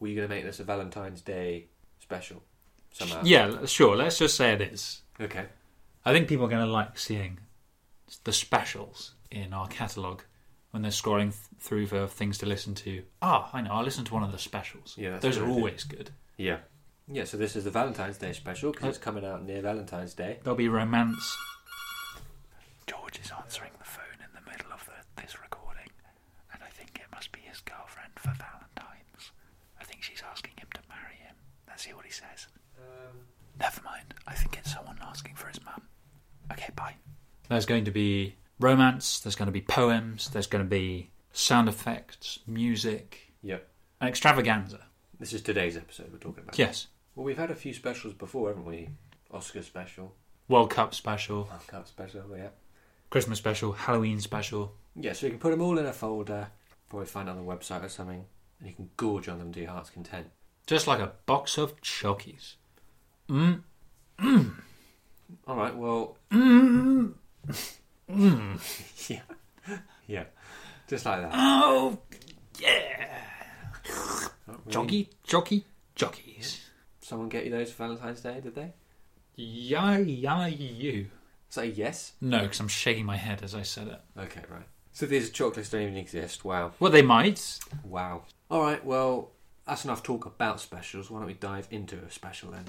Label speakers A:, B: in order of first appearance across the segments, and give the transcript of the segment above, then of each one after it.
A: were you going to make this a Valentine's Day special somehow?
B: Yeah, sure. Let's just say it is.
A: Okay.
B: I think people are going to like seeing the specials in our catalogue when they're scrolling th- through for things to listen to. Ah, I know. I'll listen to one of the specials.
A: Yeah, that's
B: those
A: a
B: are
A: good idea.
B: always good.
A: Yeah. Yeah, so this is the Valentine's Day special because it's coming out near Valentine's Day.
B: There'll be romance. George is answering the phone in the middle of the, this recording, and I think it must be his girlfriend for Valentine's. I think she's asking him to marry him. Let's see what he says. Never mind. I think it's someone asking for his mum. Okay, bye. There's going to be romance, there's going to be poems, there's going to be sound effects, music,
A: Yep.
B: an extravaganza.
A: This is today's episode we're talking about.
B: Yes.
A: Well, we've had a few specials before, haven't we? Oscar special,
B: World Cup special,
A: World Cup special, yeah.
B: Christmas special, Halloween special.
A: Yeah, so you can put them all in a folder, probably find it on the website or something, and you can gorge on them to your heart's content.
B: Just like a box of chockies.
A: All right, well. yeah. Yeah. Just like that.
B: Oh, yeah. Jockey, jockey, jockeys.
A: Someone get you those for Valentine's Day, did they?
B: Yeah, yeah, you.
A: Say yes?
B: No, because I'm shaking my head as I said it.
A: Okay, right. So these chocolates don't even exist. Wow.
B: Well, they might.
A: Wow. All right, well, that's enough talk about specials. Why don't we dive into a special then?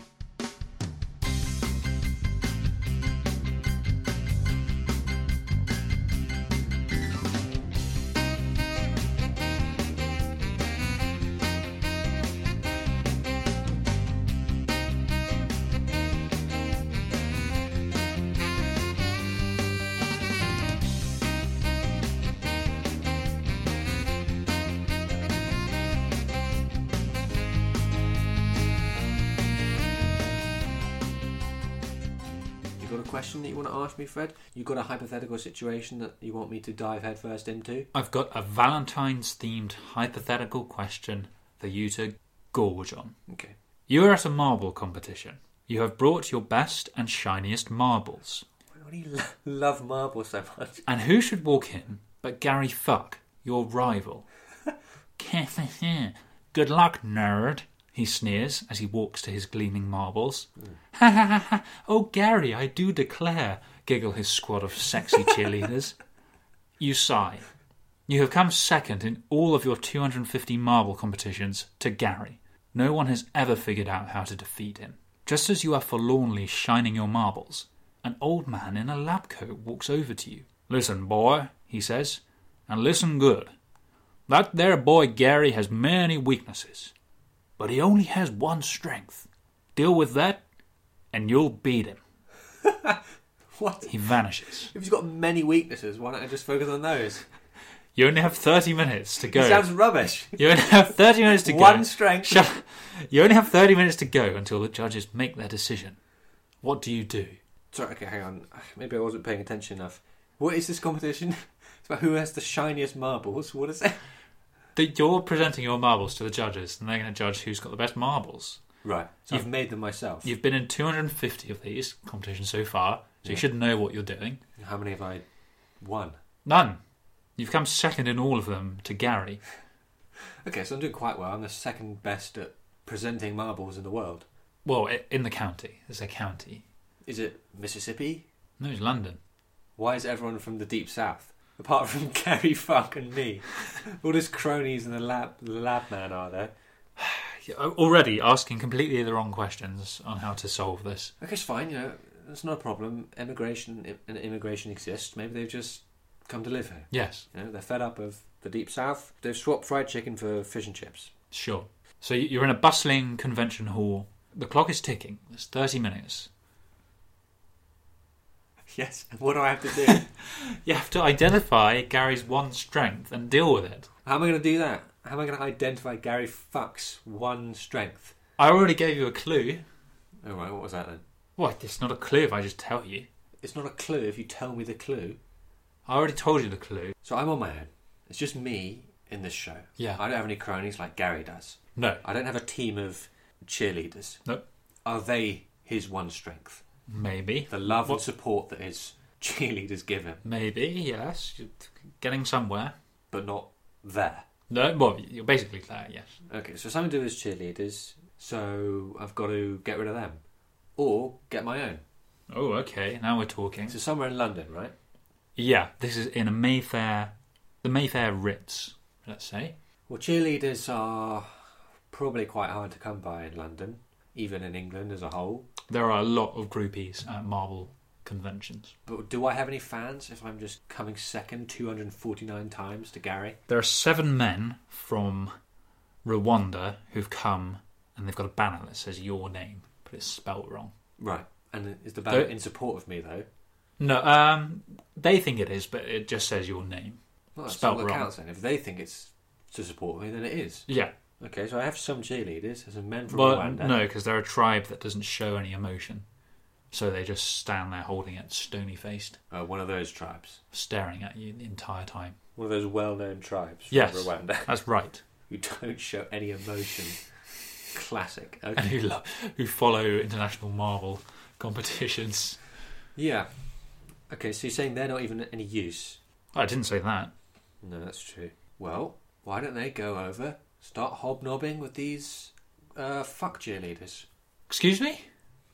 A: You got a question that you want to ask me, Fred? You got a hypothetical situation that you want me to dive headfirst into?
B: I've got a Valentine's themed hypothetical question for you to gorge on.
A: Okay.
B: You are at a marble competition. You have brought your best and shiniest marbles.
A: Why do you lo- love marble so much?
B: And who should walk in but Gary Fuck, your rival? Good luck, nerd, he sneers as he walks to his gleaming marbles. Ha ha ha ha! Oh, Gary, I do declare, giggle his squad of sexy cheerleaders. You sigh. You have come second in all of your 250 marble competitions to Gary. No one has ever figured out how to defeat him. Just as you are forlornly shining your marbles, an old man in a lab coat walks over to you. Listen, boy, he says, and listen good. That there boy Gary has many weaknesses, but he only has one strength. Deal with that, and you'll beat him.
A: What?
B: He vanishes.
A: If he's got many weaknesses, why don't I just focus on those?
B: You only have 30 minutes to go.
A: It sounds rubbish.
B: You only have 30 minutes to go.
A: One strength.
B: Shall- you only have 30 minutes to go until the judges make their decision. What do you do?
A: Sorry, okay, hang on. Maybe I wasn't paying attention enough. What is this competition? It's about who has the shiniest marbles. What is it?
B: That You're presenting your marbles to the judges, and they're going to judge who's got the best marbles.
A: Right. So I've made them myself.
B: You've been in 250 of these competitions so far, so you should know what you're doing.
A: How many have I won?
B: None. You've come second in all of them to Gary.
A: Okay, so I'm doing quite well. I'm the second best at presenting marbles in the world.
B: Well, i- in the county. It's a county.
A: Is it Mississippi?
B: No, it's London.
A: Why is everyone from the deep south? Apart from Gary Fuck and me. All his cronies and the lab, the lab man are there.
B: Yeah, al- Already asking completely the wrong questions on how to solve this.
A: Okay, it's fine, you know, it's not a problem. Emigration and immigration exists. Maybe they've just come to live here.
B: Yes,
A: You know, they're fed up of the deep south. They've swapped fried chicken for fish and chips.
B: sure. So y- you're in a bustling convention hall. The clock is ticking. It's 30 minutes.
A: Yes, and what do I have to do?
B: You have to identify Gary's one strength and deal with it.
A: How am I going to do that? How am I going to identify Gary Fuck's one strength?
B: I already gave you a clue.
A: All right, what was that then?
B: What? It's not a clue if I just tell you.
A: It's not a clue if you tell me the clue.
B: I already told you the clue.
A: So I'm on my own. It's just me in this show.
B: Yeah.
A: I don't have any cronies like Gary does.
B: No.
A: I don't have a team of cheerleaders.
B: No.
A: Are they his one strength?
B: Maybe.
A: The love and
B: What-
A: support that his cheerleaders give him,
B: Maybe, yes. You're t- getting somewhere.
A: but not there.
B: No, well, you're basically that, yes.
A: Okay, so something to do with cheerleaders. So I've got to get rid of them, or get my own.
B: Oh, okay. Now we're talking.
A: So somewhere in London, right?
B: Yeah, this is in a Mayfair, the Mayfair Ritz, let's say.
A: Well, cheerleaders are probably quite hard to come by in London, even in England as a whole.
B: There are a lot of groupies at Marble conventions.
A: But do I have any fans if I'm just coming second 249 times to Gary?
B: There are seven men from Rwanda who've come and they've got a banner that says your name, but it's spelt wrong.
A: Right. And is the band
B: Don't-
A: in support of me, though?
B: No, um, they think it is, but it just says your name.
A: Well, that's
B: Spelt
A: all that
B: wrong.
A: counts then. If they think it's to support me, then it is.
B: Yeah,
A: Okay, so I have some cheerleaders. There's some men from
B: well,
A: Rwanda.
B: no, because they're a tribe that doesn't show any emotion, so they just stand there holding it, stony faced,
A: Uh, one of those tribes.
B: staring at you the entire time.
A: One of those well known tribes from
B: Yes.
A: Rwanda
B: That's right.
A: who don't show any emotion. Classic.
B: and
A: Okay.
B: who lo- who follow international marble competitions.
A: Yeah. Okay, so you're saying they're not even any use?
B: I didn't say that.
A: No, that's true. Well, why don't they go over, start hobnobbing with these uh, fuck cheerleaders?
B: Excuse me?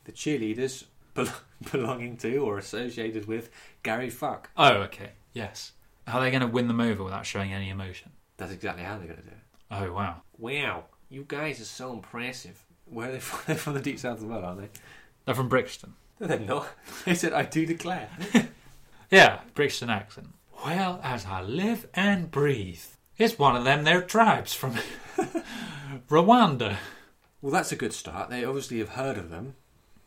A: The cheerleaders bel- belonging to or associated with Gary Fuck.
B: Oh, okay. Yes. How are they going to win them over without showing any emotion?
A: That's exactly how they're going to do it.
B: Oh, wow.
A: Wow, you guys are so impressive. Where are they from? They're from the deep south as well, aren't they?
B: They're from Brixton.
A: No, they're not. They said, I do declare.
B: Yeah, Brixton accent. Well, as I live and breathe. It's one of them there tribes from Rwanda.
A: Well, that's a good start. They obviously have heard of them.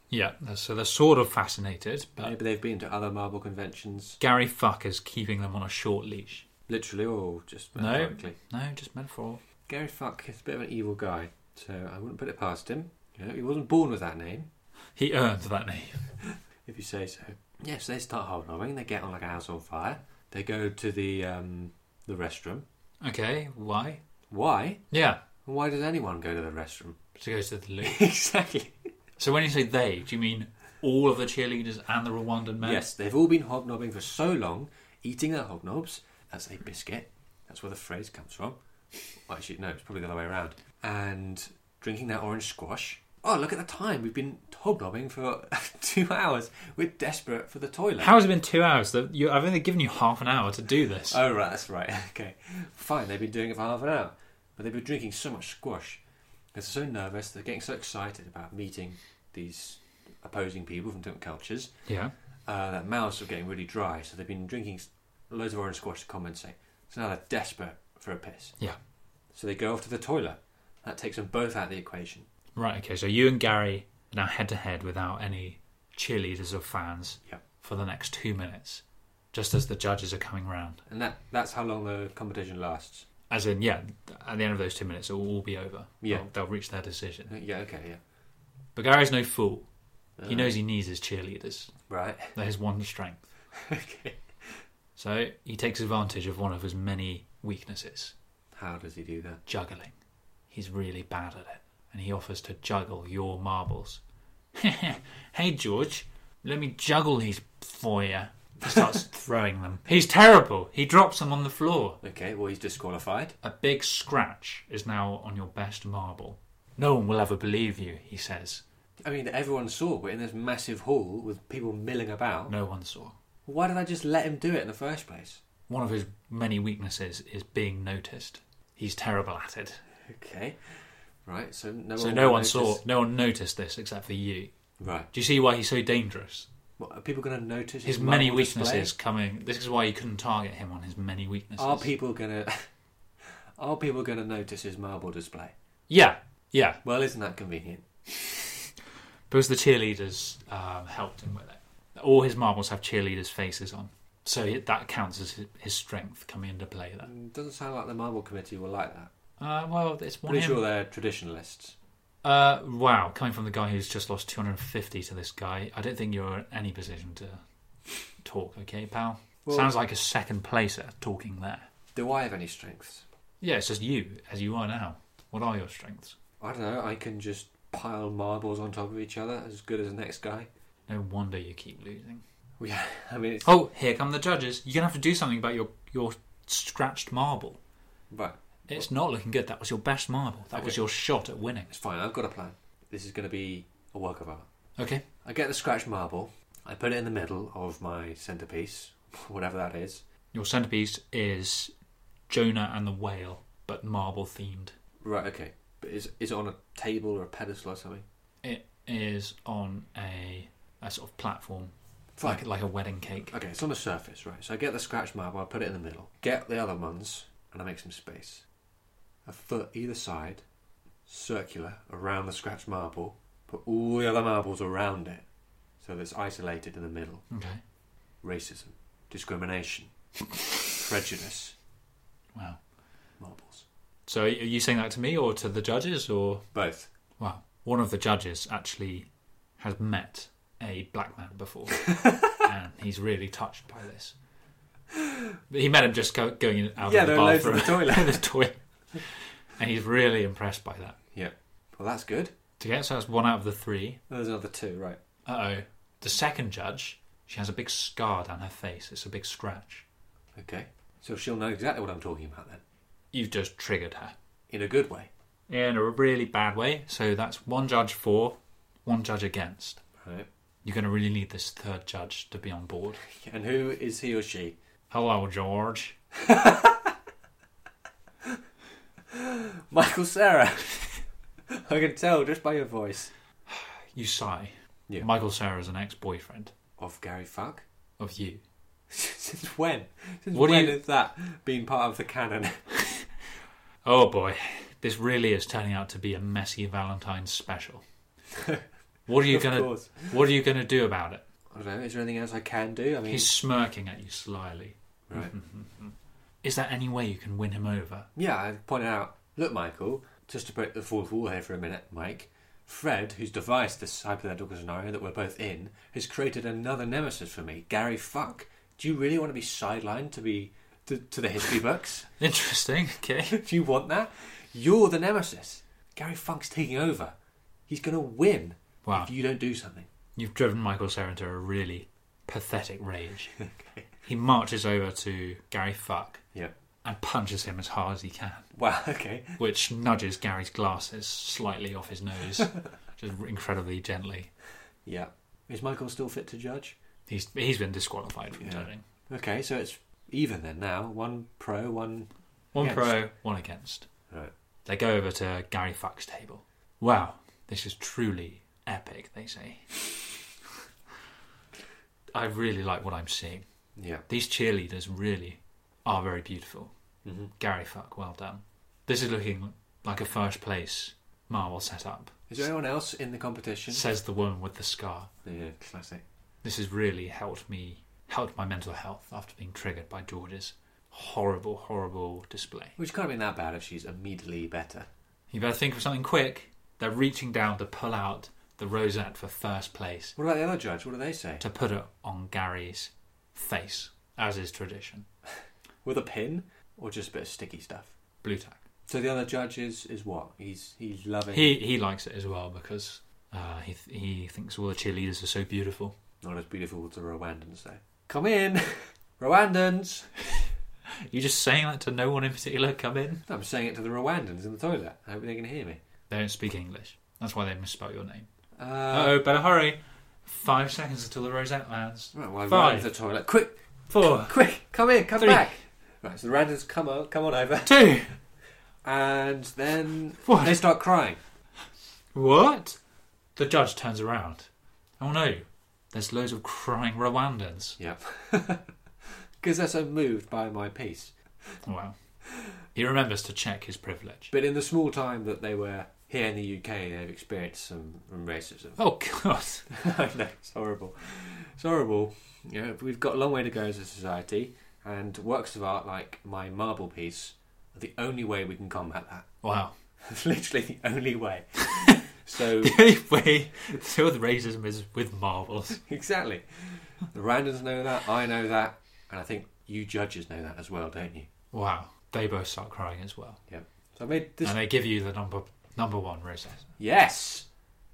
B: Yeah, so they're sort of fascinated, but
A: Maybe they've been to other marble conventions,
B: Gary Fuck is keeping them on a short leash.
A: literally or just
B: No.
A: metaphorically.
B: No, just metaphor.
A: Gary Fuck is a bit of an evil guy, so I wouldn't put it past him. You know, he wasn't born with that name,
B: He earned that name.
A: if you say so. Yes, they start hobnobbing. They get on like a house on fire. They go to the um, the restroom.
B: Okay, why?
A: Why?
B: Yeah,
A: Why does anyone go to the restroom?
B: to go to the loo.
A: exactly.
B: So when you say they, do you mean all of the cheerleaders and the Rwandan men?
A: Yes, they've all been hobnobbing for so long, eating their hobnobs. That's a biscuit. That's where the phrase comes from. Well, actually, no, it's probably the other way around. And drinking that orange squash. Oh, look at the time. We've been hobnobbing for two hours. We're desperate for the toilet.
B: How has it been two hours? The- you- I've only given you half an hour to do this.
A: Oh, right, that's right. Okay. Fine, they've been doing it for half an hour. But they've been drinking so much squash. They're so nervous. They're getting so excited about meeting these opposing people from different cultures.
B: yeah.
A: Uh, that mouths are getting really dry, so they've been drinking s- loads of orange squash to compensate. So now they're desperate for a piss.
B: Yeah.
A: So they go off to the toilet. That takes them both out of the equation.
B: Right, okay, so you and Gary are now head to head without any cheerleaders or fans
A: Yep.
B: for the next two minutes, just as the judges are coming round.
A: And that, that's how long the competition lasts.
B: As in, yeah, at the end of those two minutes, it will all be over.
A: Yeah.
B: They'll, they'll reach their decision.
A: Yeah, okay, yeah.
B: But Gary's no fool.
A: Uh,
B: He knows he needs his cheerleaders,
A: Right.
B: they're his one strength.
A: okay.
B: So he takes advantage of one of his many weaknesses.
A: How does he do that?
B: juggling. He's really bad at it, and he offers to juggle your marbles. hey, George, let me juggle these for you. He starts throwing them. He's terrible. He drops them on the floor.
A: Okay, well, he's disqualified.
B: A big scratch is now on your best marble. No one will ever believe you, he says.
A: I mean, everyone saw we're in this massive hall with people milling about.
B: No one saw.
A: Why did I just let him do it in the first place?
B: One of his many weaknesses is being noticed. He's terrible at it.
A: Okay, right. So no
B: So
A: one.
B: no
A: will
B: one
A: notice-
B: saw, no one noticed this except for you.
A: Right.
B: Do you see why he's so dangerous?
A: What, are people going to notice
B: his many
A: marble display?
B: weaknesses coming. This is why you couldn't target him on his many weaknesses.
A: Are people going to? Are people going to notice his marble display?
B: Yeah, yeah.
A: Well, isn't that convenient?
B: Because the cheerleaders um, helped him with it. All his marbles have cheerleaders' faces on, so he- that counts as his, his strength coming into play. There.
A: Mm, Doesn't sound like the marble committee will like that.
B: Uh, well, it's one.
A: Pretty
B: him-
A: sure they're traditionalists.
B: Uh, wow, coming from the guy who's just lost 250 to this guy, I don't think you're in any position to talk. Okay, pal.
A: Well-
B: Sounds like a second placer talking there.
A: Do I have any strengths?
B: Yeah, it's just you as you are now. What are your strengths?
A: I don't know. I can just pile marbles on top of each other, as good as the next guy.
B: No wonder you keep losing.
A: Yeah, I mean, it's,
B: Oh, here come the judges. You're gonna have to do something about your your scratched marble.
A: Right.
B: It's not looking good. That was your best marble. That was
A: Okay.
B: your shot at winning.
A: It's fine. I've got a plan. This is going to be a work of art.
B: Okay.
A: I get the scratch marble. I put it in the middle of my centerpiece, whatever that is.
B: Your centerpiece is Jonah and the whale, but marble themed.
A: Right. Okay. But is is it on a table or a pedestal or something?
B: It is on a, a sort of platform,
A: Fine.
B: like like a wedding cake.
A: Okay, it's on the surface, right? So I get the scratch marble, I put it in the middle, get the other ones, and I make some space. A foot either side, circular, around the scratch marble, put all the other marbles around it, so that it's isolated in the middle.
B: Okay.
A: Racism, discrimination, prejudice,
B: Wow.
A: marbles.
B: So are you saying that to me or to the judges or?
A: Both.
B: Wow. One of the judges actually has met a black man before, and he's really touched by this. But he met him just go, going in- out
A: yeah,
B: of the
A: there are loads in
B: bathroom,
A: the toilet.
B: the toilet, and he's really impressed by that.
A: yeah. Well, that's good.
B: To get so that's one out of the three.
A: Oh, There's another two, right?
B: Uh oh. The second judge, she has a big scar down her face. It's a big scratch.
A: Okay. So she'll know exactly what I'm talking about then,
B: You've just triggered her
A: in a good way.
B: in a really bad way. So that's one judge for, one judge against.
A: Right.
B: You're going to really need this third judge to be on board.
A: And who is he or she?
B: Hello, George.
A: Michael Sarah. I can tell just by your voice.
B: You sigh.
A: Yeah.
B: Michael Sarah is an ex-boyfriend
A: Of Gary Fuck?
B: of you.
A: Since when? Since
B: What do
A: when
B: you-
A: has that been part of the canon?
B: Oh boy, this really is turning out to be a messy Valentine's special. What are you
A: of
B: going to
A: course.
B: What are you going to do about it?
A: I don't know, is there anything else I can do? I mean,
B: He's Mm-hmm. smirking at you slyly.
A: right.
B: Is there any way you can win him over?
A: Yeah, I pointed out, look, Michael, just to break the fourth wall here for a minute, Mike, Fred, who's devised this hypothetical scenario that we're both in, has created another nemesis for me, Gary Fuck. Do you really want to be sidelined to be to, to the history books?
B: Interesting. Okay.
A: Do you want that? You're the nemesis. Gary Funk's taking over. He's going to win
B: Wow.
A: if you don't do something.
B: You've driven Michael Cera into a really pathetic rage. He marches over to Gary Fuck
A: Yeah.
B: and punches him as hard as he can,
A: Wow, okay.
B: which nudges Gary's glasses slightly off his nose, just incredibly gently.
A: Yeah. Is Michael still fit to judge?
B: He's he's been disqualified from
A: Yeah.
B: judging.
A: Okay, so it's even then now. One pro, one.
B: One
A: Against.
B: pro, one against.
A: Right.
B: They go over to Gary Fuck's table. Wow, this is truly epic. They say. I really like what I'm seeing.
A: Yeah.
B: These cheerleaders really are very beautiful.
A: Mm-hmm.
B: Gary Fuck, well done. This is looking like a first place marble setup,
A: Is there anyone else in the competition?
B: says the woman with the scar.
A: Yeah, classic.
B: This has really helped me, helped my mental health after being triggered by George's horrible, horrible display.
A: Which can't have been that bad if she's immediately better.
B: You better think of something quick. They're reaching down to pull out the rosette for first place
A: What about the other judge? What do they say?
B: to put it on Gary's face, as is tradition.
A: With a pin or just a bit of sticky stuff?
B: Blue tack.
A: So the other judge is, is what? He's he's loving.
B: He he likes it as well because uh, he th- he thinks all the cheerleaders are so beautiful.
A: Not as beautiful as the Rwandans, though. Come in! Rwandans!
B: You just saying that to no one in particular come in?
A: I'm saying it to the Rwandans in the toilet. I hope they can hear me.
B: They don't speak English. That's why they misspell your name.
A: Uh,
B: Uh oh, better hurry. Five seconds until the rosette lands.
A: Right, well, I ran
B: Five.
A: to the toilet. Quick!
B: Four,
A: Quick, come here, come
B: Three.
A: back. Right, so the randoms come on, come on over,
B: two,
A: and then
B: What?
A: they start crying.
B: what? The judge turns around. Oh no, there's loads of crying Rwandans.
A: Yep, because they're so moved by my piece.
B: Wow. He remembers to check his privilege.
A: But in the small time that they were here in the UK, they've experienced some racism.
B: Oh god.
A: I know it's horrible. It's horrible. You know, we've got a long way to go as a society, and works of art like my marble piece are the only way we can combat that.
B: Wow.
A: It's literally the only way. so
B: The only way to deal with racism is with marbles.
A: Exactly. The randoms know that, I know that, and I think you judges know that as well, don't you?
B: Wow. They both start crying as well.
A: So I made this.
B: And they give you the number number one rosette.
A: Yes!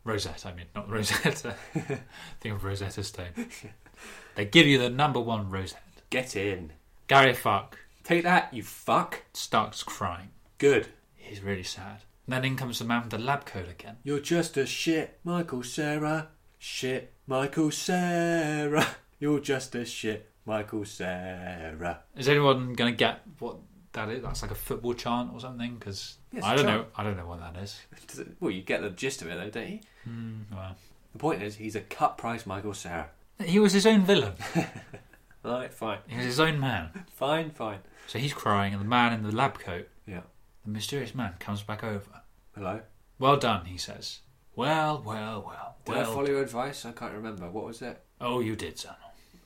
B: Rosette, I mean, not Rosetta. Think of Rosetta Stone. They give you the number one rosette.
A: Get in.
B: Gary Fuck
A: Take that, you fuck.
B: starts crying.
A: Good.
B: He's really sad. And then in comes the man with the lab coat again.
A: You're just a shit, Michael Sarah. Shit, Michael Sarah. You're just a shit, Michael Sarah.
B: Is anyone going to get what that is? That's like a football chant or something? Because
A: Yes,
B: I don't
A: chant.
B: know. I don't know what that is.
A: Does it- Well, you get the gist of it, though, don't you? Hmm.
B: Mm, well.
A: The point is, he's a cut price Michael Sarah.
B: He was his own villain.
A: All right, fine,
B: He was his own man.
A: fine, fine.
B: So he's crying, and the man in the lab coat,
A: Yeah.
B: the mysterious man, comes back over.
A: Hello.
B: Well done, he says. Well, well, well.
A: Did I
B: well.
A: follow your advice? I can't remember. What was it?
B: Oh, you did, son.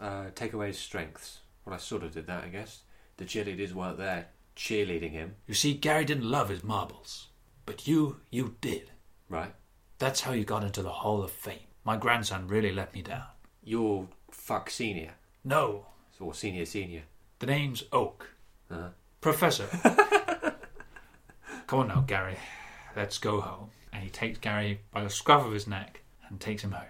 A: Uh, take away his strengths. Well, I sort of did that, I guess. The cheerleaders weren't there cheerleading him,
B: You see, Gary didn't love his marbles, but you, you did.
A: right?
B: That's how you got into the Hall of Fame. My grandson really let me down.
A: You're fuck senior
B: No,
A: or senior senior.
B: the name's Oak.
A: Uh-huh.
B: Professor. Come on now, Gary. Let's go home. And he takes Gary by the scruff of his neck and takes him home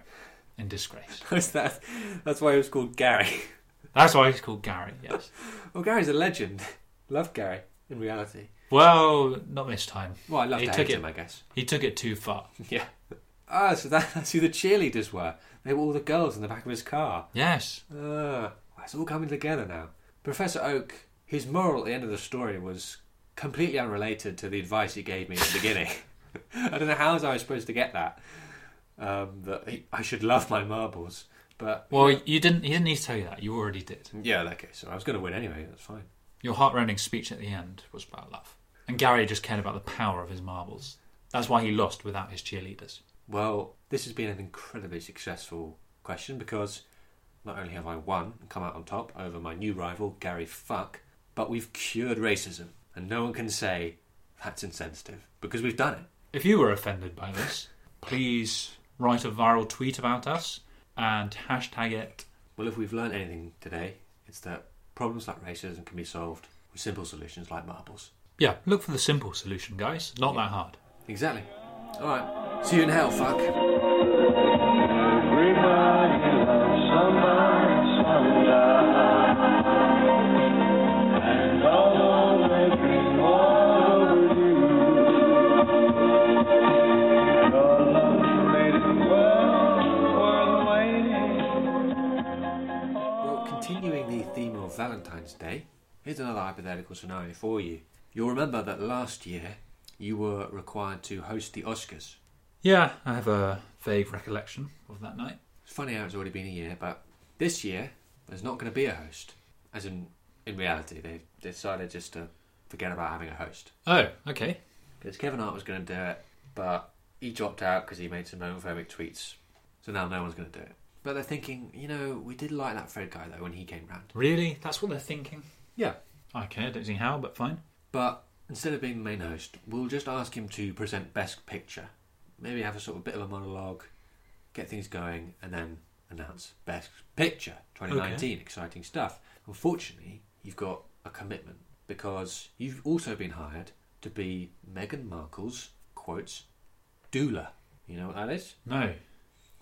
B: in disgrace.
A: That's that. That's why he was called Gary.
B: That's why he's called Gary, yes.
A: Well, Gary's a legend. Love Gary in reality.
B: Well, not this time.
A: Well, I love
B: He
A: to
B: took
A: hate
B: it-
A: him, I guess.
B: He took it too far.
A: Yeah. Ah, so that, that's who the cheerleaders were. They were all the girls in the back of his car.
B: Yes.
A: Ah, it's all coming together now. Professor Oak, his moral at the end of the story was completely unrelated to the advice he gave me at the beginning. I don't know how I was supposed to get that. Um, that he- I should love my marbles, but
B: Well, you didn't. He didn't need to tell you that. You already did.
A: yeah, okay. So I was going to win anyway. That's fine.
B: Your heartrending speech at the end was about love, and Gary just cared about the power of his marbles. That's why he lost without his cheerleaders.
A: Well, this has been an incredibly successful question because not only have I won and come out on top over my new rival, Gary Fuck, but we've cured racism. And no one can say that's insensitive because we've done it.
B: If you were offended by this, please write a viral tweet about us and hashtag it.
A: Well, if we've learned anything today, it's that problems like racism can be solved with simple solutions like marbles.
B: Yeah, look for the simple solution, guys. Not that hard.
A: Exactly. All right. See you in hell, fuck.
C: Everybody loves somebody sometime. And I'll always be all over you. Your love made it well worth waiting.
A: Well, continuing the theme of Valentine's Day, here's another hypothetical scenario for you. You'll remember that last year you were required to host the Oscars.
B: Yeah, I have a vague recollection of that night.
A: It's funny how it's already been a year, but this year there's not going to be a host. As in, in reality, they've decided just to forget about having a host.
B: Oh, okay.
A: Because Kevin Hart was going to do it, but he dropped out because he made some homophobic tweets. So now no one's going to do it. But they're thinking, you know, we did like that Fred guy though when he came round.
B: Really? That's what they're thinking?
A: Yeah.
B: Okay, I don't see how, but fine.
A: But instead of being the main host, we'll just ask him to present Best Picture. Maybe have a sort of bit of a monologue, get things going, and then announce Best Picture 2019. Exciting stuff. Unfortunately, you've got a commitment because you've also been hired to be Meghan Markle's, quotes, doula. You know what that is?
B: No.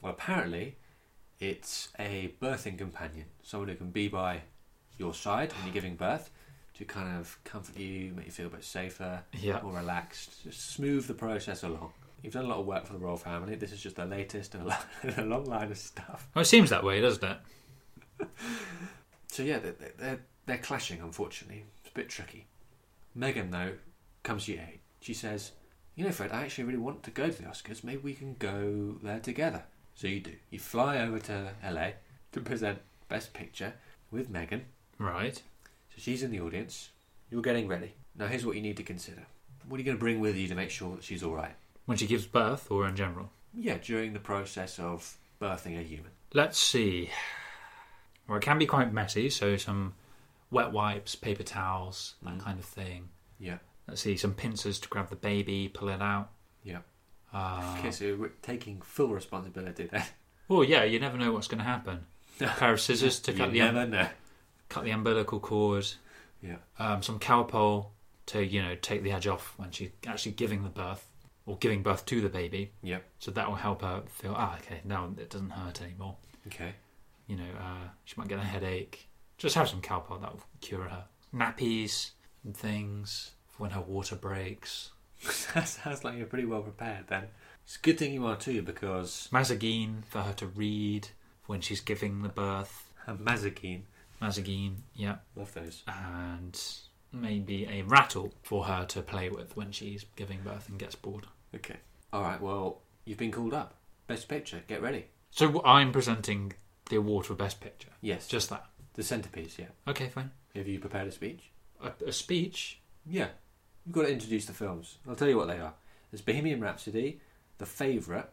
A: Well, apparently, it's a birthing companion, someone who can be by your side when you're giving birth to kind of comfort you, make you feel a bit safer,
B: Yeah.
A: more relaxed, just smooth the process along. You've done a lot of work for the royal family. This is just the latest in a, lo- in a long line of stuff.
B: Well, Oh, it seems that way, doesn't it?
A: So yeah, they're, they're- they're they're clashing. Unfortunately, it's a bit tricky. Megan though comes to your aid. She says, "You know, Fred, I actually really want to go to the Oscars. Maybe we can go there together." So you do. You fly over to LA to present Best Picture with Megan.
B: Right.
A: So she's in the audience. You're getting ready. Now here's what you need to consider. What are you going to bring with you to make sure that she's all right?
B: When she gives birth or in general?
A: Yeah, during the process of birthing a human.
B: Let's see. Well, it can be quite messy, so some wet wipes, paper towels, that kind of thing.
A: Mm. Yeah,
B: Let's see, some pincers to grab the baby, pull it out.
A: yeah.
B: Uh,
A: Okay, so we're taking full responsibility there.
B: well, yeah, you never know what's going to happen. A pair of scissors to cut the,
A: you
B: um,
A: never know.
B: cut the umbilical cord,
A: Yeah.
B: um, some cowpole to, you know, take the edge off when she's actually giving the birth or giving birth to the baby.
A: Yep.
B: So that will help her feel, ah, okay, now it doesn't hurt anymore.
A: Okay.
B: you know, uh, she might get a headache. Just have some cowpole that will cure her. Nappies and things, when her water breaks.
A: that sounds like you're pretty well prepared then. It's a good thing you are too, because
B: Mazagine for her to read when she's giving the birth.
A: Mazakine.
B: Mazagine, yeah.
A: Love those.
B: And maybe a rattle for her to play with when she's giving birth and gets bored.
A: Okay. All right. Well, you've been called up. Best picture. Get ready.
B: So I'm presenting the award for Best Picture.
A: Yes.
B: Just that.
A: the centerpiece. Yeah.
B: Okay, fine.
A: Have you prepared a speech?
B: A, a speech?
A: Yeah. You've got to introduce the films. I'll tell you what they are. There's Bohemian Rhapsody, The Favourite,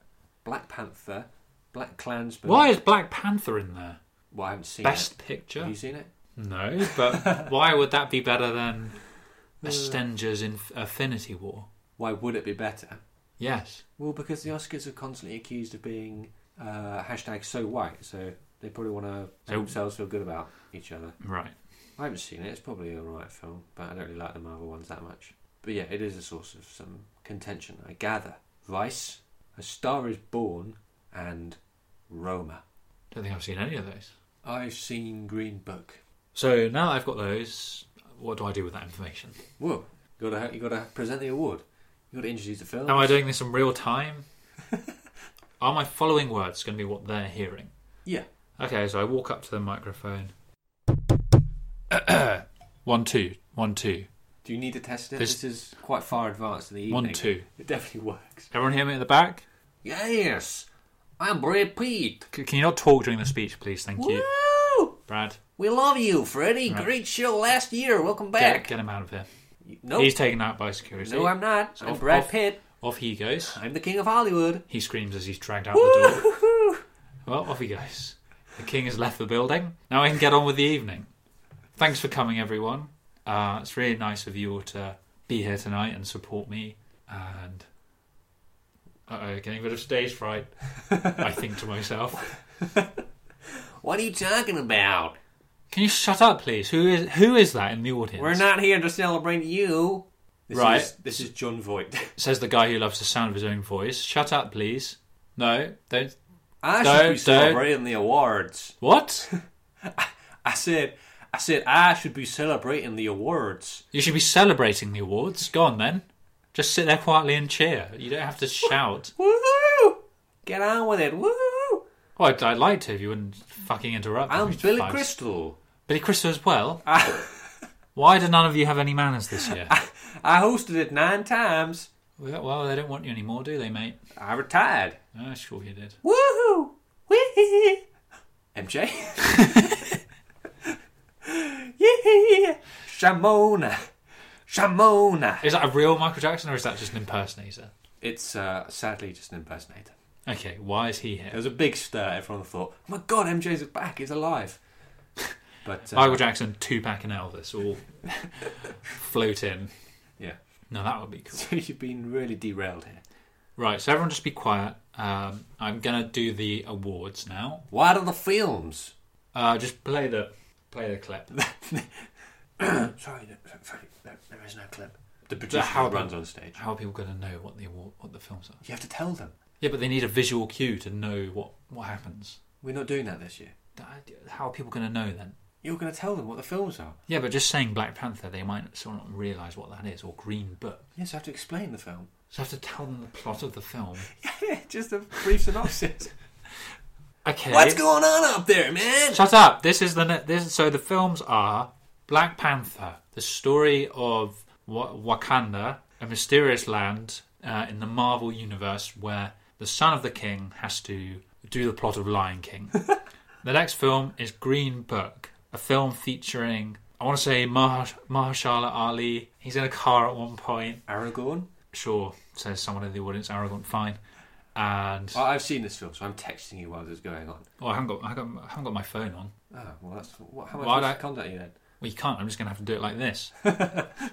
A: Black Panther, Black Klansman.
B: Why is Black Panther in there?
A: Well, I haven't seen
B: Best
A: it. Have
B: Picture?
A: you seen it?
B: No, but why would that be better than Estenger's Inf- Affinity War?
A: Why would it be better?
B: Yes.
A: Well, because the Oscars are constantly accused of being uh, hashtag so white, so they probably want to make
B: So-
A: themselves feel good about each other.
B: Right.
A: I haven't seen it. It's probably a right film, but I don't really like the Marvel ones that much. But yeah, it is a source of some contention, I gather. Vice, A Star Is Born, and Roma.
B: Don't think I've seen any of those.
A: I've seen Green Book.
B: So now that I've got those, what do I do with that information?
A: Whoa, you gotta you gotta present the award. You gotta introduce the film.
B: Am I doing this in real time? Are my following words going to be what they're hearing?
A: Yeah.
B: Okay, so I walk up to the microphone. one, two, one, two,
A: Do you need to test it?
B: This-
A: This, is quite far advanced in the evening.
B: one, two.
A: It definitely works.
B: Everyone hear me at the back?
A: Yes, I'm Brad Pitt.
B: C- can you not talk during the speech, please? Thank you.
A: Woo!
B: Brad,
A: We love you, Freddie.
B: Right.
A: Great show last year. Welcome
B: get,
A: back.
B: get him out of here.
A: You- Nope.
B: He's taken out by security.
A: No, I'm not.
B: So oh.
A: I'm
B: off-
A: Brad
B: off-
A: Pitt.
B: Off he goes.
A: I'm the king of Hollywood.
B: He screams as he's dragged out the door. Well, off he goes. The king has left the building. Now I can get on with the evening. Thanks for coming, everyone. Uh, it's really nice of you all to be here tonight and support me. And uh oh, getting rid of stage fright. I think to myself,
A: What are you talking about?
B: can you shut up, please? Who is who is that in the audience?
A: We're not here to celebrate you. This
B: Right.
A: Is, this is John Voight.
B: Says the guy who loves the sound of his own voice. Shut up, please. No, don't.
A: I
B: Don't-
A: should be
B: don't.
A: celebrating the awards.
B: What?
A: I said, I said, I should be celebrating the awards.
B: You should be celebrating the awards. Go on then. Just sit there quietly and cheer. You don't have to shout.
A: Woo! Get on with it. Woo!
B: Oh, I'd, I'd like to if you wouldn't fucking interrupt.
A: I'm
B: me,
A: Billy
B: fags.
A: Crystal.
B: Billy Crystal as well. Why do none of you have any manners this year?
A: I hosted it nine times.
B: well, well, they don't want you anymore, do they, mate?
A: I retired.
B: Oh, sure you did.
A: Woohoo! Wee! MJ? yeah! Shamona! Shamona!
B: Is that a real Michael Jackson or is that just an impersonator?
A: It's uh, sadly just an impersonator.
B: Okay, why is he
A: There
B: here?
A: was a big stir. Everyone thought, oh my god, MJ's back, he's alive. But, uh,
B: Michael Jackson, Tupac, and Elvis all float in.
A: yeah.
B: No, that would be cool.
A: So you've been really derailed here.
B: Right, so everyone just be quiet. Um, I'm gonna do the awards now.
A: What are the films?
B: Uh, just play the play the clip.
A: Sorry, no, sorry, no, there is no clip. The
B: The
A: producer
B: how-
A: runs on stage.
B: How are people gonna know what the award, what the films are?
A: You have to tell them.
B: Yeah, but they need a visual cue to know what what happens.
A: We're not doing that this year.
B: That- How are people going to know then?
A: You're going to tell them what the films are.
B: Yeah, but just saying Black Panther, they might still not realise what that is, or Green Book.
A: Yes, I have to explain the film.
B: So I have to tell them the plot of the film.
A: Yeah, just a brief synopsis.
B: Okay.
A: What's going on up there, man?
B: Shut up. This is the ne- this. So the films are Black Panther, the story of Wa- Wakanda, a mysterious land uh, in the Marvel universe where the son of the king has to do the plot of Lion King. the next film is Green Book, a film featuring I want to say Mah- Mahershala Ali. He's in a car at one point.
A: Aragorn?
B: Sure, says someone in the audience. Arrogant, fine. And
A: Well, I've seen this film, so I'm texting you while this is going on.
B: oh, I haven't got I haven't got, I haven't got my phone on.
A: Oh, well, that's what, how much
B: Why'd
A: well, I...
B: I-
A: contact you then?
B: Well, you can't. I'm just going to have to do it like this.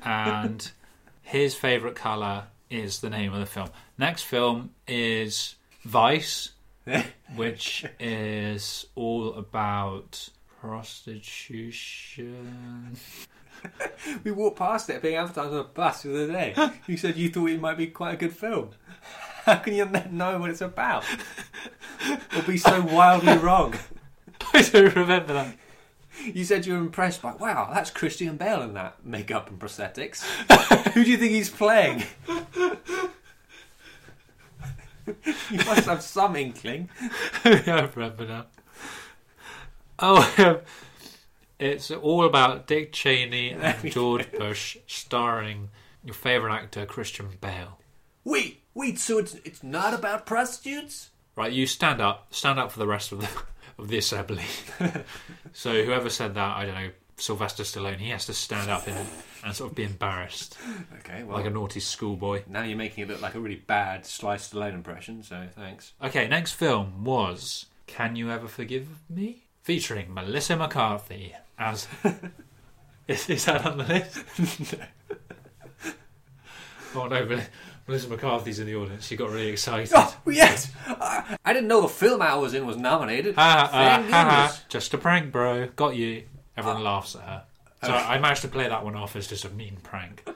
B: and his favourite colour is the name of the film. Next film is Vice, which is all about prostitution.
A: We walked past it being advertised on a bus the other day. you said you thought it might be quite a good film. How can you not know what it's about? or be so wildly wrong?
B: I don't remember that.
A: You said you were impressed by, wow, that's Christian Bale in that makeup and prosthetics. Who do you think he's playing? you must have some inkling.
B: yeah, I remember now. Oh, um, it's all about Dick Cheney and George Bush, starring your favorite actor Christian Bale.
A: Wait, wait. So it's it's not about prostitutes.
B: Right, you stand up, stand up for the rest of the of the assembly. so whoever said that, I don't know, Sylvester Stallone, he has to stand up and, and sort of be embarrassed,
A: Okay, well,
B: like a naughty schoolboy.
A: now you're making it look like a really bad sliced alone impression. So thanks.
B: Okay, next film was Can You Ever Forgive Me? Featuring Melissa McCarthy as. is, is that on the list? oh no, Mel- Melissa McCarthy's in the audience. She got really excited. Ha,
A: Oh yes, I, I didn't know the film I was in was nominated.
B: ha, ha,
A: Thank
B: ha,
A: goodness. Ah.
B: just a prank, bro. Got you. Everyone laughs at her. So I managed to play that one off as just a mean prank.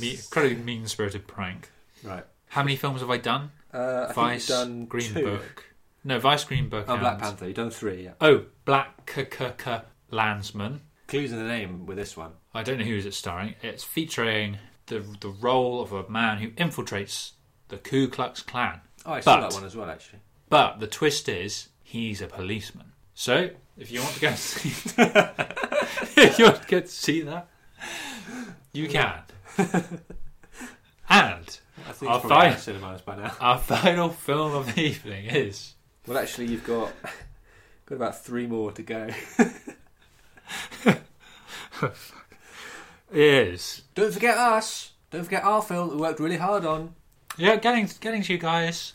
B: Me- incredibly mean spirited prank.
A: Right.
B: How many films have I done?
A: Uh, I
B: Vice,
A: think you've done
B: Green
A: two.
B: Book. No, Vice, Green Book.
A: Oh, Black
B: and-
A: Panther. You've done three. Yeah.
B: Oh, Black K-K-K Landsman.
A: Clues in the name with this one.
B: I don't know who is it starring. It's featuring the the role of a man who infiltrates the Ku Klux Klan.
A: Oh, I saw
B: But-
A: that one as well, actually.
B: But the twist is he's a policeman. So if you want to go and see, if you want to go and see that, you can. And
A: I think
B: I'll
A: it's probably
B: find-
A: out of cinemas by now.
B: our final film of the evening is
A: Well, actually, you've got got about three more to go.
B: is
A: Don't forget us. Don't forget our film. We worked really hard on.
B: yeah getting getting to you guys.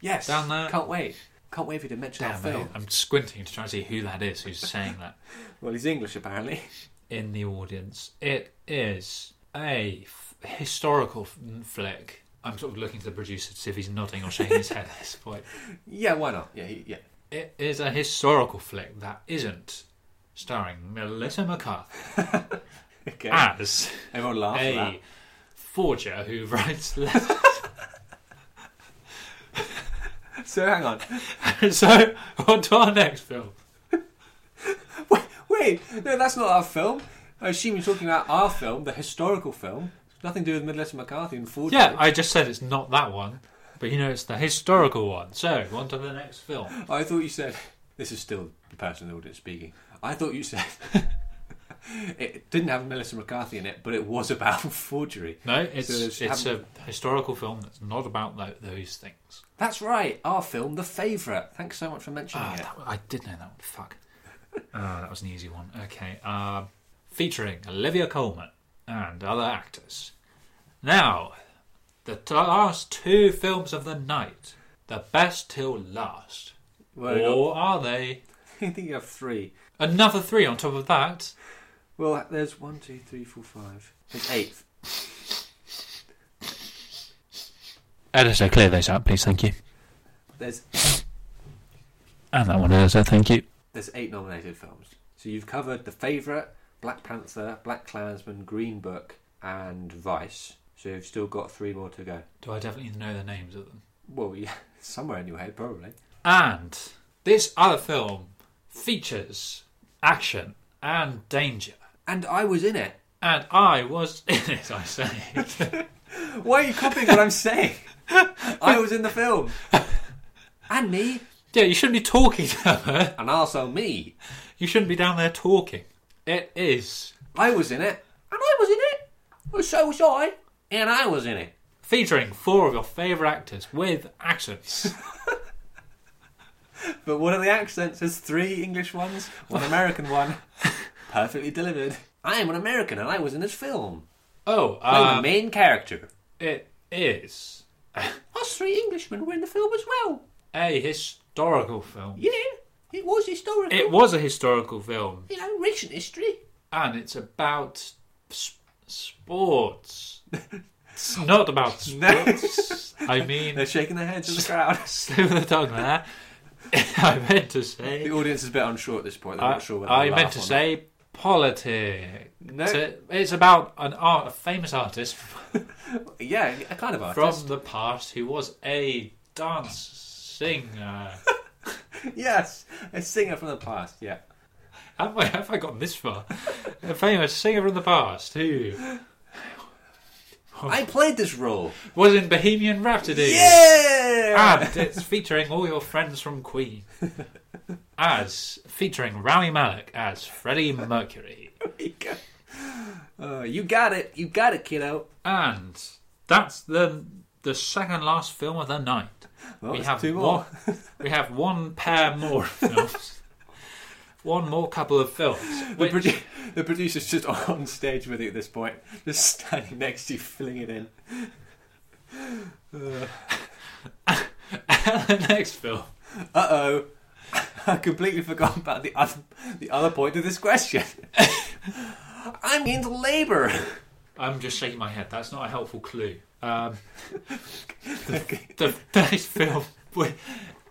A: Yes.
B: Down there.
A: Can't wait. Can't wait for you to mention our
B: Damn it!
A: film.
B: I'm squinting to try and see who that is who's saying that.
A: Well, he's English apparently.
B: in the audience. It is a f- historical f- flick. I'm sort of looking to the producer to see if he's nodding or shaking his head at this point.
A: Yeah, why not? Yeah, he, yeah.
B: It is a historical flick that isn't starring Melissa McCarthy
A: Okay.
B: as
A: Everyone laughed at that.
B: a forger who writes letters.
A: So hang on.
B: so, on to our next film.
A: Wait, wait, no, that's not our film. I assume you're talking about our film, the historical film. It's nothing to do with Melissa McCarthy and Ford.
B: Yeah, I just said it's not that one, but you know it's the historical one. So, on to the next film.
A: I thought you said this is still the person in the audience speaking. I thought you said it didn't have Melissa McCarthy in it, but it was about forgery.
B: No, it's
A: So there's-
B: it's a historical film that's not about tho- those things.
A: That's right, our film, The Favourite. Thanks so much for mentioning
B: Ah,
A: it.
B: that, I did know that one. Fuck. Ah, that was an easy one. Okay. Um, featuring Olivia Colman and other actors. Now, the t- last two films of the night. The best till last.
A: Well, you
B: or are they?
A: got- I think you have three.
B: Another three on top of that.
A: Well, there's one, two, three, four, five. There's eight.
B: Editor, clear those out, please. Thank you.
A: There's
B: And that one, editor. Thank you.
A: there's eight nominated films. So you've covered The Favourite, Black Panther, Black Klansman, Green Book, and Vice. So you've still got three more to go.
B: Do I definitely know the names of them?
A: Well, yeah, somewhere anyway, probably.
B: And this other film features action and danger.
A: And I was in it.
B: And I was in it, I say.
A: Why are you copying what I'm saying? I was in the film. And me.
B: yeah, you shouldn't be talking to her.
A: And also me.
B: You shouldn't be down there talking. It is
A: I was in it. And I was in it. Well, so was I. And I was in it.
B: featuring four of your favourite actors with accents.
A: But what are the accents? There's three English ones, one American one. Perfectly delivered. I am an American and I was in this film.
B: oh,
A: I'm the
B: um,
A: main character.
B: it is
A: Us three Englishmen were in the film as well.
B: a historical film.
A: Yeah, it was historical.
B: It was a historical film,
A: you know, recent history.
B: and it's about sp- sports. it's not about
A: No.
B: sports. I mean,
A: They're shaking their heads in the crowd.
B: slow the tongue there. I meant to say.
A: The audience is a bit unsure at this point. They're
B: I,
A: not sure whether
B: I
A: they
B: meant
A: laugh
B: to
A: or
B: say politics.
A: No.
B: So it's about an art, a famous artist
A: not. yeah, a kind of
B: from
A: artist.
B: the past who was a dance singer.
A: Yes, a singer from the past. Yeah,
B: have, I, have I gotten this far? a famous singer from the past who
A: I played this role.
B: was in Bohemian Rhapsody.
A: Yeah.
B: And it's featuring all your friends from Queen. As featuring Rami Malek as Freddie Mercury.
A: Uh, you got it. You got it, kiddo.
B: And that's the the second last film of the night.
A: Well,
B: we
A: there's
B: have
A: Oh, two
B: one
A: more.
B: we have one pair more of films. one more couple of films.
A: The,
B: Which,
A: produ- the producer's just on stage with you at this point, just standing next to you, filling it in.
B: the next film.
A: Uh oh, I completely forgot about the other the other point of this question. I'm into labour.
B: I'm just shaking my head. That's not a helpful clue. Um,
A: Okay.
B: the next film wi-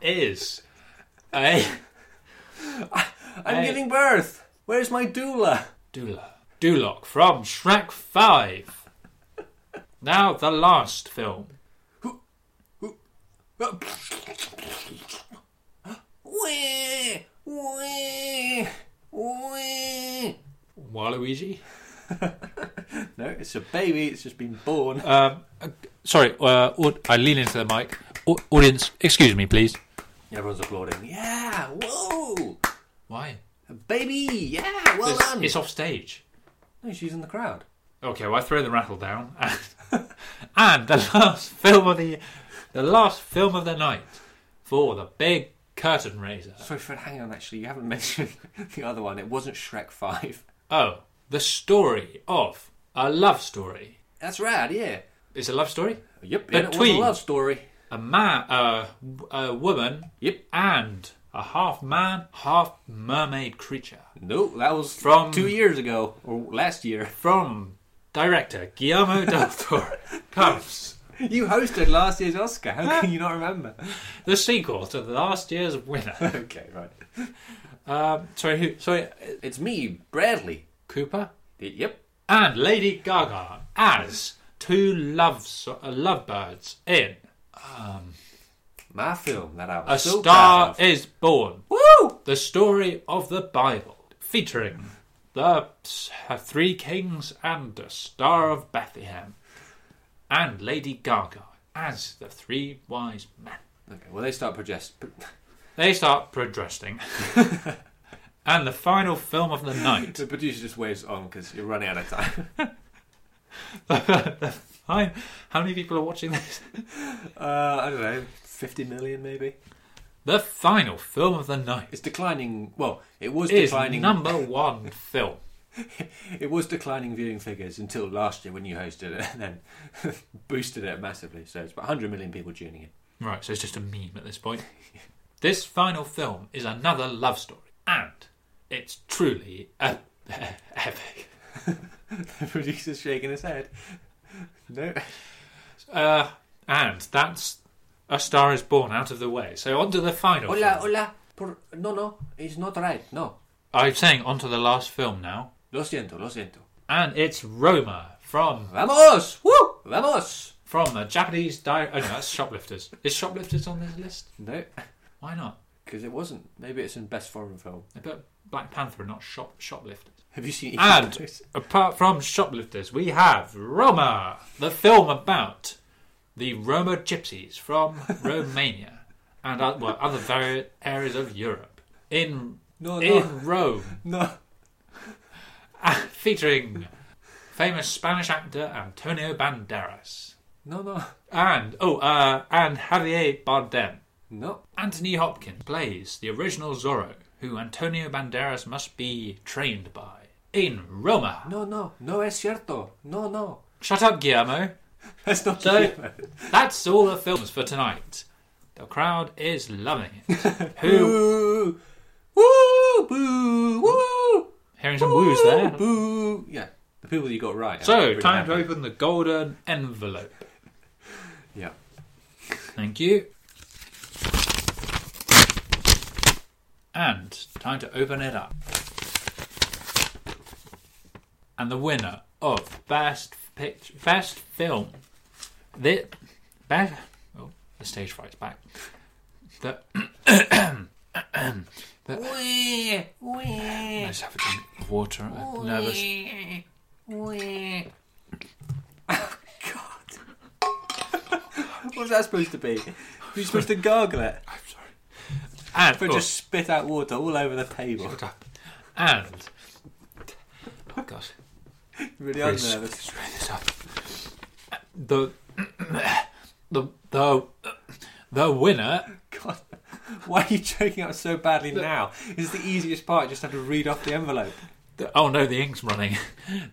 B: is a
A: I'm
B: Hey.
A: giving birth. Where's my doula?
B: Dula. Duloc from Shrek 5. Now, the last film.
A: Wee, wee, wee.
B: Waluigi?
A: No, it's a baby. It's just been born.
B: Um, uh, sorry, uh, aud- I lean into the mic. Au- audience, excuse me, please.
A: Everyone's applauding. Yeah. Whoa.
B: Why?
A: A baby. Yeah. Well
B: It's,
A: done.
B: it's off stage.
A: No, she's in the crowd.
B: Okay, well, I throw the rattle down. And, and the last film of the the last film of the night for the big curtain raiser.
A: Sorry, Fred. Hang on. Actually, you haven't mentioned the other one. It wasn't Shrek Five.
B: Oh, the story of a love story.
A: That's rad. Yeah.
B: It's a love story.
A: Yep.
B: The
A: And it was a
B: tween.
A: love story.
B: A man, uh, a woman,
A: Yep.
B: and a half man, half mermaid creature
A: No, that was from
B: From-
A: two years ago or last year.
B: from director Guillermo del Toro comes
A: You hosted last year's Oscar. How can you not remember?
B: the sequel to last year's winner.
A: okay, right.
B: Um, sorry, who? Sorry, uh,
A: It's me, Bradley.
B: Cooper.
A: Yep.
B: and Lady Gaga as two love so- uh, lovebirds in
A: My film that I was
B: A
A: so
B: Star
A: proud of.
B: Is Born:
A: Woo!
B: The Story of the Bible, featuring the s- uh, Three Kings and the Star of Bethlehem, and Lady Gaga as the Three Wise Men.
A: Okay, well they start progest.
B: They start progressing. And the final film of the night.
A: The producer just waves on because you're running out of time.
B: Hi, How many people are watching this?
A: Uh, I don't know, fifty million maybe.
B: The final film of the night
A: It's declining. Well, it was
B: is
A: declining.
B: number one film.
A: It was declining viewing figures until last year when you hosted it, and then boosted it massively. So it's about hundred million people tuning in.
B: Right, so it's just a meme at this point. this final film is another love story, and it's truly uh, epic.
A: The producer's shaking his head. No.
B: Uh, and that's A Star is Born out of the way. So, on to the final.
A: Hola,
B: film.
A: hola. Por... No, no, it's not right. No.
B: I'm saying on to the last film now,
A: Lo siento, lo siento.
B: and it's Roma from
A: Vamos! Woo! Vamos!
B: from the Japanese di- Oh no, that's Shoplifters. Is Shoplifters on this list?
A: No,
B: Why not?
A: because it wasn't. Maybe it's in best foreign film.
B: They put Black Panther, and not shop Shoplifters.
A: Have you seen? either of
B: And
A: those?
B: apart from shoplifters, we have Roma, the film about the Roma gypsies from Romania and uh, well, other various areas of Europe in
A: no, no,
B: in Rome,
A: no.
B: uh, featuring famous Spanish actor Antonio Banderas
A: No, no,
B: and oh uh, and Javier Bardem.
A: no.
B: Anthony Hopkins plays the original Zorro, who Antonio Banderas must be trained by in Roma.
A: No, no, no es cierto. No, no.
B: Shut up, Guillermo.
A: That's not
B: So-
A: human.
B: That's all the films for tonight. The crowd is loving it. Who?
A: Boo! Woo! Boo! Woo!
B: Hearing some woos there.
A: Boo! Yeah, the people you got right. I'm
B: So,
A: pretty
B: time to
A: happy.
B: open the golden envelope.
A: Yeah.
B: Thank you. And time to open it up. And the winner of best picture, best film, the best. Oh, the stage fright's back. The
A: Wee! Wee!
B: I just have a drink of water. I'm nervous.
A: Wee! Wee! Oh, God. What's that supposed to be? You're supposed to gargle it,
B: I'm sorry. And
A: but
B: oh,
A: just spit out water all over the table.
B: shut up. And oh god,
A: Really
B: Chris,
A: unnervous.
B: screw this up. The the the the winner.
A: God, why are you choking up so badly now? This is the easiest part. You just have to read off the envelope.
B: The, oh no, the ink's running.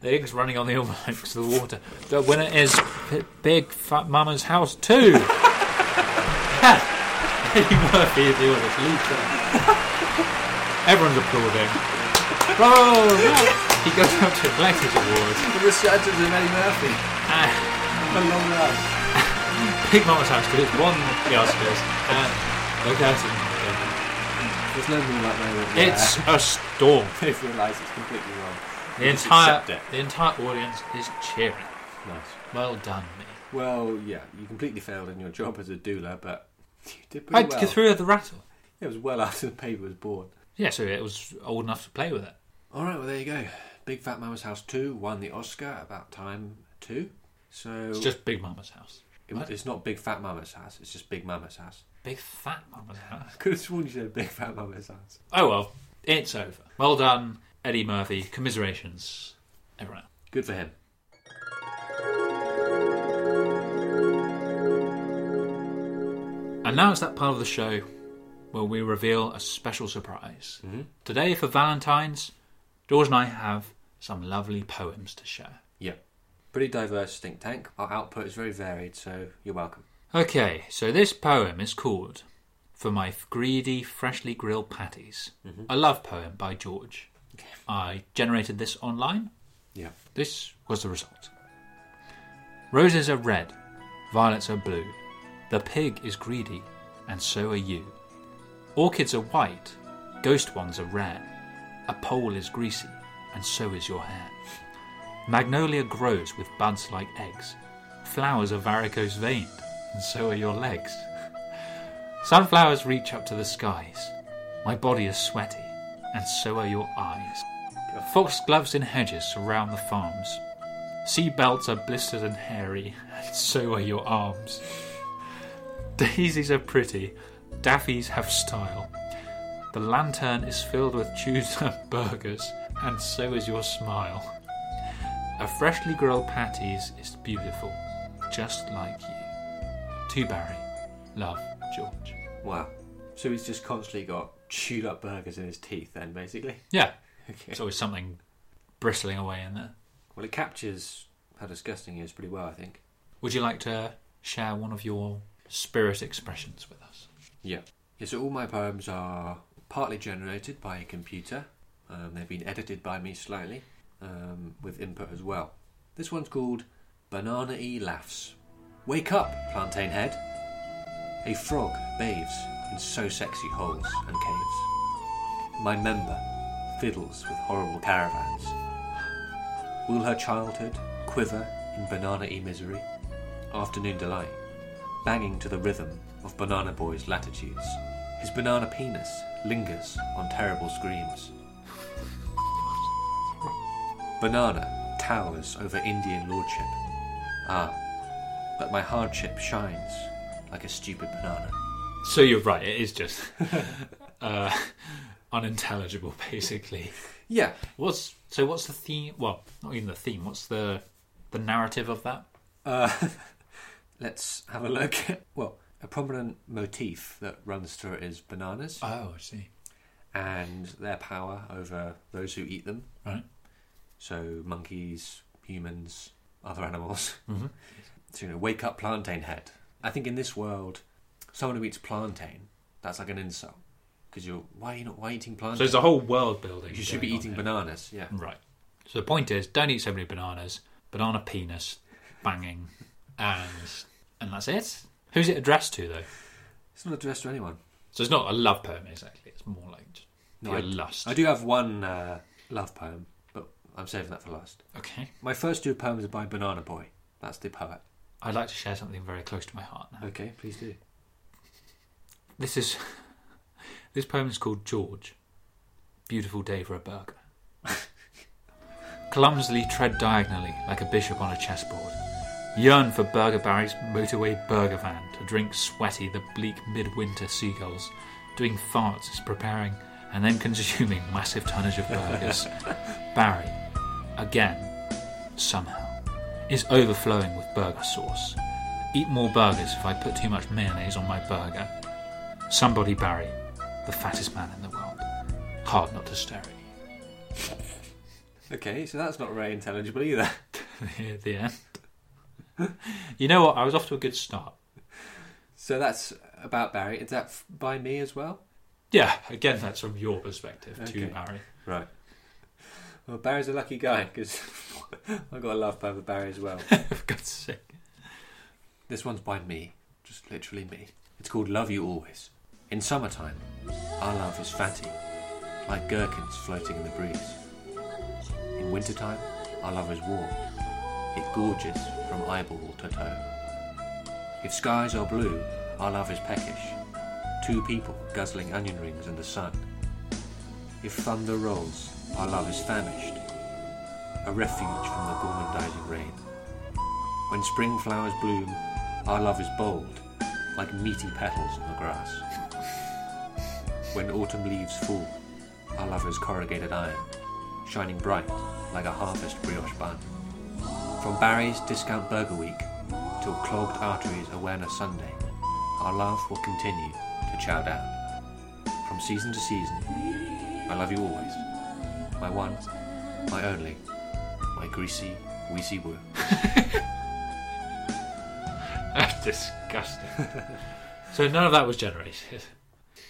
B: The ink's running on the envelope because of the water. The winner is P- Big Fat Mama's House Two. Eddie Murphy is the audience leader. Everyone's applauding. Bravo! He goes up to Collectors Awards.
A: The resurgence of Eddie Murphy.
B: And
A: A long run.
B: Big Mama's House 2 is one of the Oscars. Uh, And the curtain.
A: There's no moonlight moment. there.
B: It's a storm.
A: They've realised it's completely wrong.
B: The
A: You just
B: entire
A: accept it.
B: the entire audience is cheering.
A: Nice.
B: Well done, me.
A: Well, yeah, you completely failed in your job as a doula, but you did
B: I
A: pretty
B: had to
A: well.
B: get through the rattle.
A: It was well after the baby was born.
B: Yeah, so it was old enough to play with it.
A: All right, well there you go. Big Fat Mama's House Two won the Oscar about time two. So
B: It's just Big Mama's house.
A: it- it's not Big Fat Mama's House. It's just Big Mama's House.
B: Big fat Mama's house.
A: I could have sworn you said Big Fat Mama's House.
B: Oh well, it's over. Well done, Eddie Murphy. Commiserations, everyone.
A: Good for him.
B: And now it's that part of the show where we reveal a special surprise. Today, for Valentine's, George and I have some lovely poems to share.
A: Yeah, pretty diverse think tank. Our output is very varied, so you're welcome.
B: Okay, so this poem is called For My Greedy Freshly Grilled Patties, a love poem by George. I generated this online.
A: Yeah.
B: This was the result. Roses are red, violets are blue. The pig is greedy, and so are you. Orchids are white, ghost ones are rare. A pole is greasy, and so is your hair. Magnolia grows with buds like eggs. Flowers are varicose veined, and so are your legs. Sunflowers reach up to the skies. My body is sweaty, and so are your eyes. Foxgloves in hedges surround the farms. Sea belts are blistered and hairy, and so are your arms. Daisies are pretty, daffies have style. The lantern is filled with tuna burgers, and so is your smile. A freshly grilled patties is beautiful, just like you. To Barry, love, George.
A: Wow. So he's just constantly got chewed up burgers in his teeth, then basically.
B: Yeah,
A: Okay.
B: it's always something bristling away in there.
A: Well, it captures how disgusting he is pretty well, I think.
B: Would you like to share one of your spirit expressions with us?
A: Yeah. Yeah, so all my poems are partly generated by a computer. Um, they've been edited by me slightly, um, with input as well. This one's called Banana E Laughs. Wake up, plantain head. A frog bathes in so sexy holes and caves. My member fiddles with horrible caravans. Will her childhood quiver in banana E misery? Afternoon delight banging to the rhythm of Banana Boy's latitudes. His banana penis lingers on terrible screams. Banana towers over Indian lordship. Ah, but my hardship shines like a stupid banana.
B: So you're right, it is just uh, unintelligible, basically.
A: Yeah,
B: What's so? What's the theme? Well, not even the theme. What's the the narrative of that?
A: Uh, let's have a look. Well, a prominent motif that runs through it is bananas
B: Oh, I see.
A: and their power over those who eat them.
B: Right.
A: So monkeys, humans, other animals.
B: Mm-hmm.
A: So you know, wake up, plantain head. I think in this world, someone who eats plantain, that's like an insult because you're why are you not why are you eating
B: So
A: plantain?
B: there's a whole world building.
A: you should be
B: going on
A: eating
B: here. Mm.
A: bananas. Yeah,
B: Right. So the point is, don't eat so many bananas. Banana penis, banging, and and that's it. Who's it addressed to though?
A: it's not addressed to anyone.
B: So it's not a love poem exactly. It's more like just
A: No,
B: pure
A: I-
B: lust.
A: I do have one uh, love poem, but I'm saving that for last.
B: Okay.
A: My first two poems are by Banana Boy. That's the poet.
B: I'd like to share something very close to my heart now.
A: Okay, please do.
B: This is this poem is called George. Beautiful day for a burger. Clumsily tread diagonally like a bishop on a chessboard. Yearn for Burger Barry's motorway burger van to drink sweaty the bleak midwinter seagulls. Doing farts is preparing and then consuming massive tonnage of burgers. Barry, again, somehow, is overflowing with burger sauce. Eat more burgers if I put too much mayonnaise on my burger. Somebody Barry, the fattest man in the world. Hard not to stare at you.
A: Okay, so that's not very intelligible either.
B: Near the end. you know what? I was off to a good start.
A: So that's about Barry. Is that f- by me as well?
B: Yeah, again, that's from your perspective
A: Okay.
B: too, Barry.
A: Right. Well, Barry's a lucky guy because I got a love pub with Barry as well.
B: For God's sake.
A: This one's by me, just literally me. It's called Love You Always. In summertime, our love is fatty, like gherkins floating in the breeze. In wintertime, our love is warm. It gorges from eyeball to toe. If skies are blue, our love is peckish. Two people guzzling onion rings in the sun. If thunder rolls, our love is famished. A refuge from the gormandizing rain. When spring flowers bloom, our love is bold, like meaty petals on the grass. When autumn leaves fall, our love is corrugated iron, shining bright like a harvest brioche bun. From Barry's Discount Burger Week till Clogged Arteries Awareness Sunday, our love will continue to chow down. From season to season, I love you always. My one, my only, my greasy, wheezy woo.
B: That's disgusting. so none of that was generated.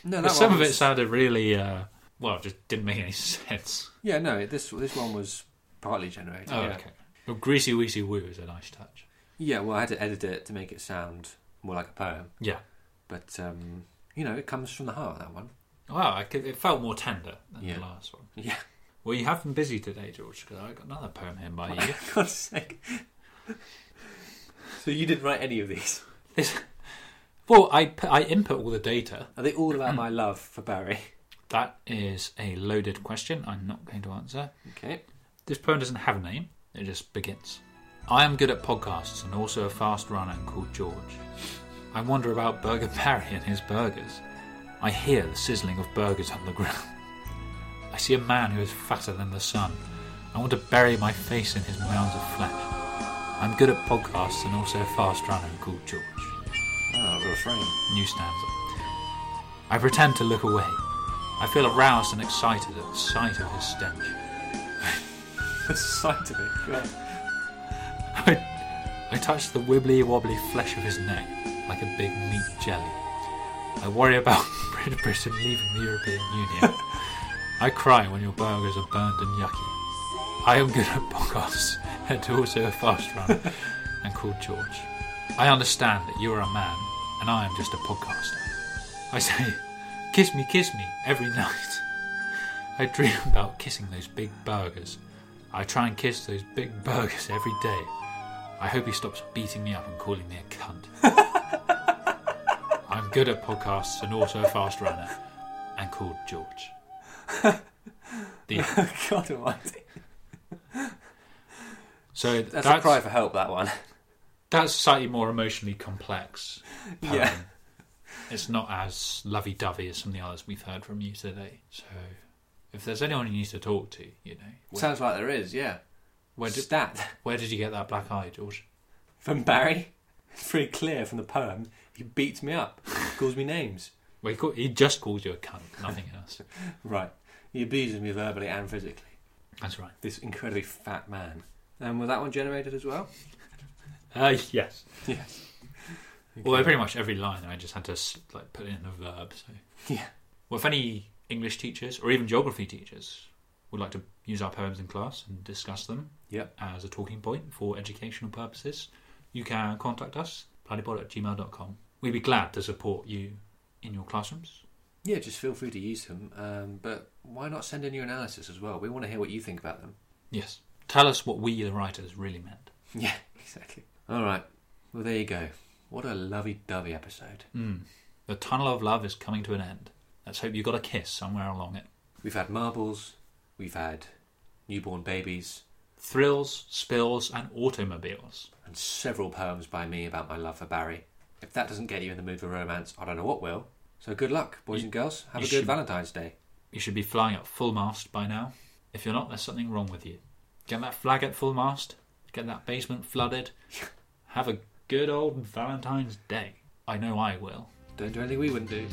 A: No,
B: But some of it sounded really, uh, well, just didn't make any sense.
A: Yeah, no, this this one was partly generated.
B: Oh,
A: yeah.
B: okay. Well, Greasy Weasy Woo is a nice touch.
A: Yeah, well, I had to edit it to make it sound more like a poem,
B: Yeah.
A: but um, you know, it comes from the heart. That one.
B: Wow, I could, it felt more tender than
A: Yeah.
B: the last one.
A: Yeah.
B: Well, you have been busy today, George, because I got another poem here by you.
A: For God's sake. So you didn't write any of these?
B: This, well, I, pu- I input all the data.
A: Are they all about
B: Mm.
A: my love for Barry?
B: That is a loaded question I'm not going to answer.
A: Okay.
B: This poem doesn't have a name, it just begins. I am good at podcasts and also a fast runner called George. I wander about Burger Barry and his burgers. I hear the sizzling of burgers on the grill. I see a man who is fatter than the sun. I want to bury my face in his mounds of flesh. I'm good at podcasts and also a fast runner called George.
A: Oh, a refrain.
B: New stanza. I pretend to look away. I feel aroused and excited at the sight of his stench.
A: the sight of it. God.
B: I, I touch the wibbly wobbly flesh of his neck like a big meat jelly. I worry about Great Britain leaving the European Union. I cry when your burgers are burned and yucky. I am good at podcasts and also a fast runner and called George. I understand that you are a man and I am just a podcaster. I say, kiss me, kiss me every night. I dream about kissing those big burgers. I try and kiss those big burgers every day. I hope he stops beating me up and calling me a cunt. I'm good at podcasts and also a fast runner, and called George. The,
A: God Almighty.
B: so
A: That's,
B: that's
A: a cry for help. That one.
B: that's slightly more emotionally complex. poem.
A: Yeah.
B: it's not as lovey-dovey as some of the others we've heard from you today. So, if there's anyone you need to talk to, you know, where,
A: Sounds like there is. Yeah.
B: where, did,
A: Stat
B: where did you get that black eye, George?
A: from Barry. It's pretty clear from the poem. He beats me up. Calls me names.
B: Well, he, call, he just called you a cunt, nothing else.
A: Right. He abuses me verbally and physically.
B: That's right.
A: This incredibly fat man. And was that one generated as well?
B: Uh, yes.
A: Yes.
B: Well, pretty much every line I just had to s- like put in a verb. So
A: Yeah.
B: well, if any English teachers or even geography teachers would like to use our poems in class and discuss them
A: Yep.
B: as a talking point for educational purposes, you can contact us planetpod at gmail.com. We'd be glad to support you in your classrooms.
A: Yeah, just feel free to use them. Um, but why not send in your analysis as well? We want to hear what you think about them.
B: Yes. Tell us what we, the writers, really meant.
A: Yeah, exactly. All right. Well, there you go. What a lovey dovey episode.
B: Mm. The tunnel of love is coming to an end. Let's hope you got a kiss somewhere along it.
A: We've had marbles, we've had newborn babies,
B: Thrills, Spills, and Automobiles.
A: and several poems by me about my love for Barry. If that doesn't get you in the mood for romance, I don't know what will. So good luck, boys and girls. Have a
B: you
A: good
B: should-
A: Valentine's Day.
B: You should be flying at full mast by now. If you're not, there's something wrong with you. Get that flag at full mast, get that basement flooded, have a good old Valentine's Day. I know I will.
A: Don't do anything we wouldn't do.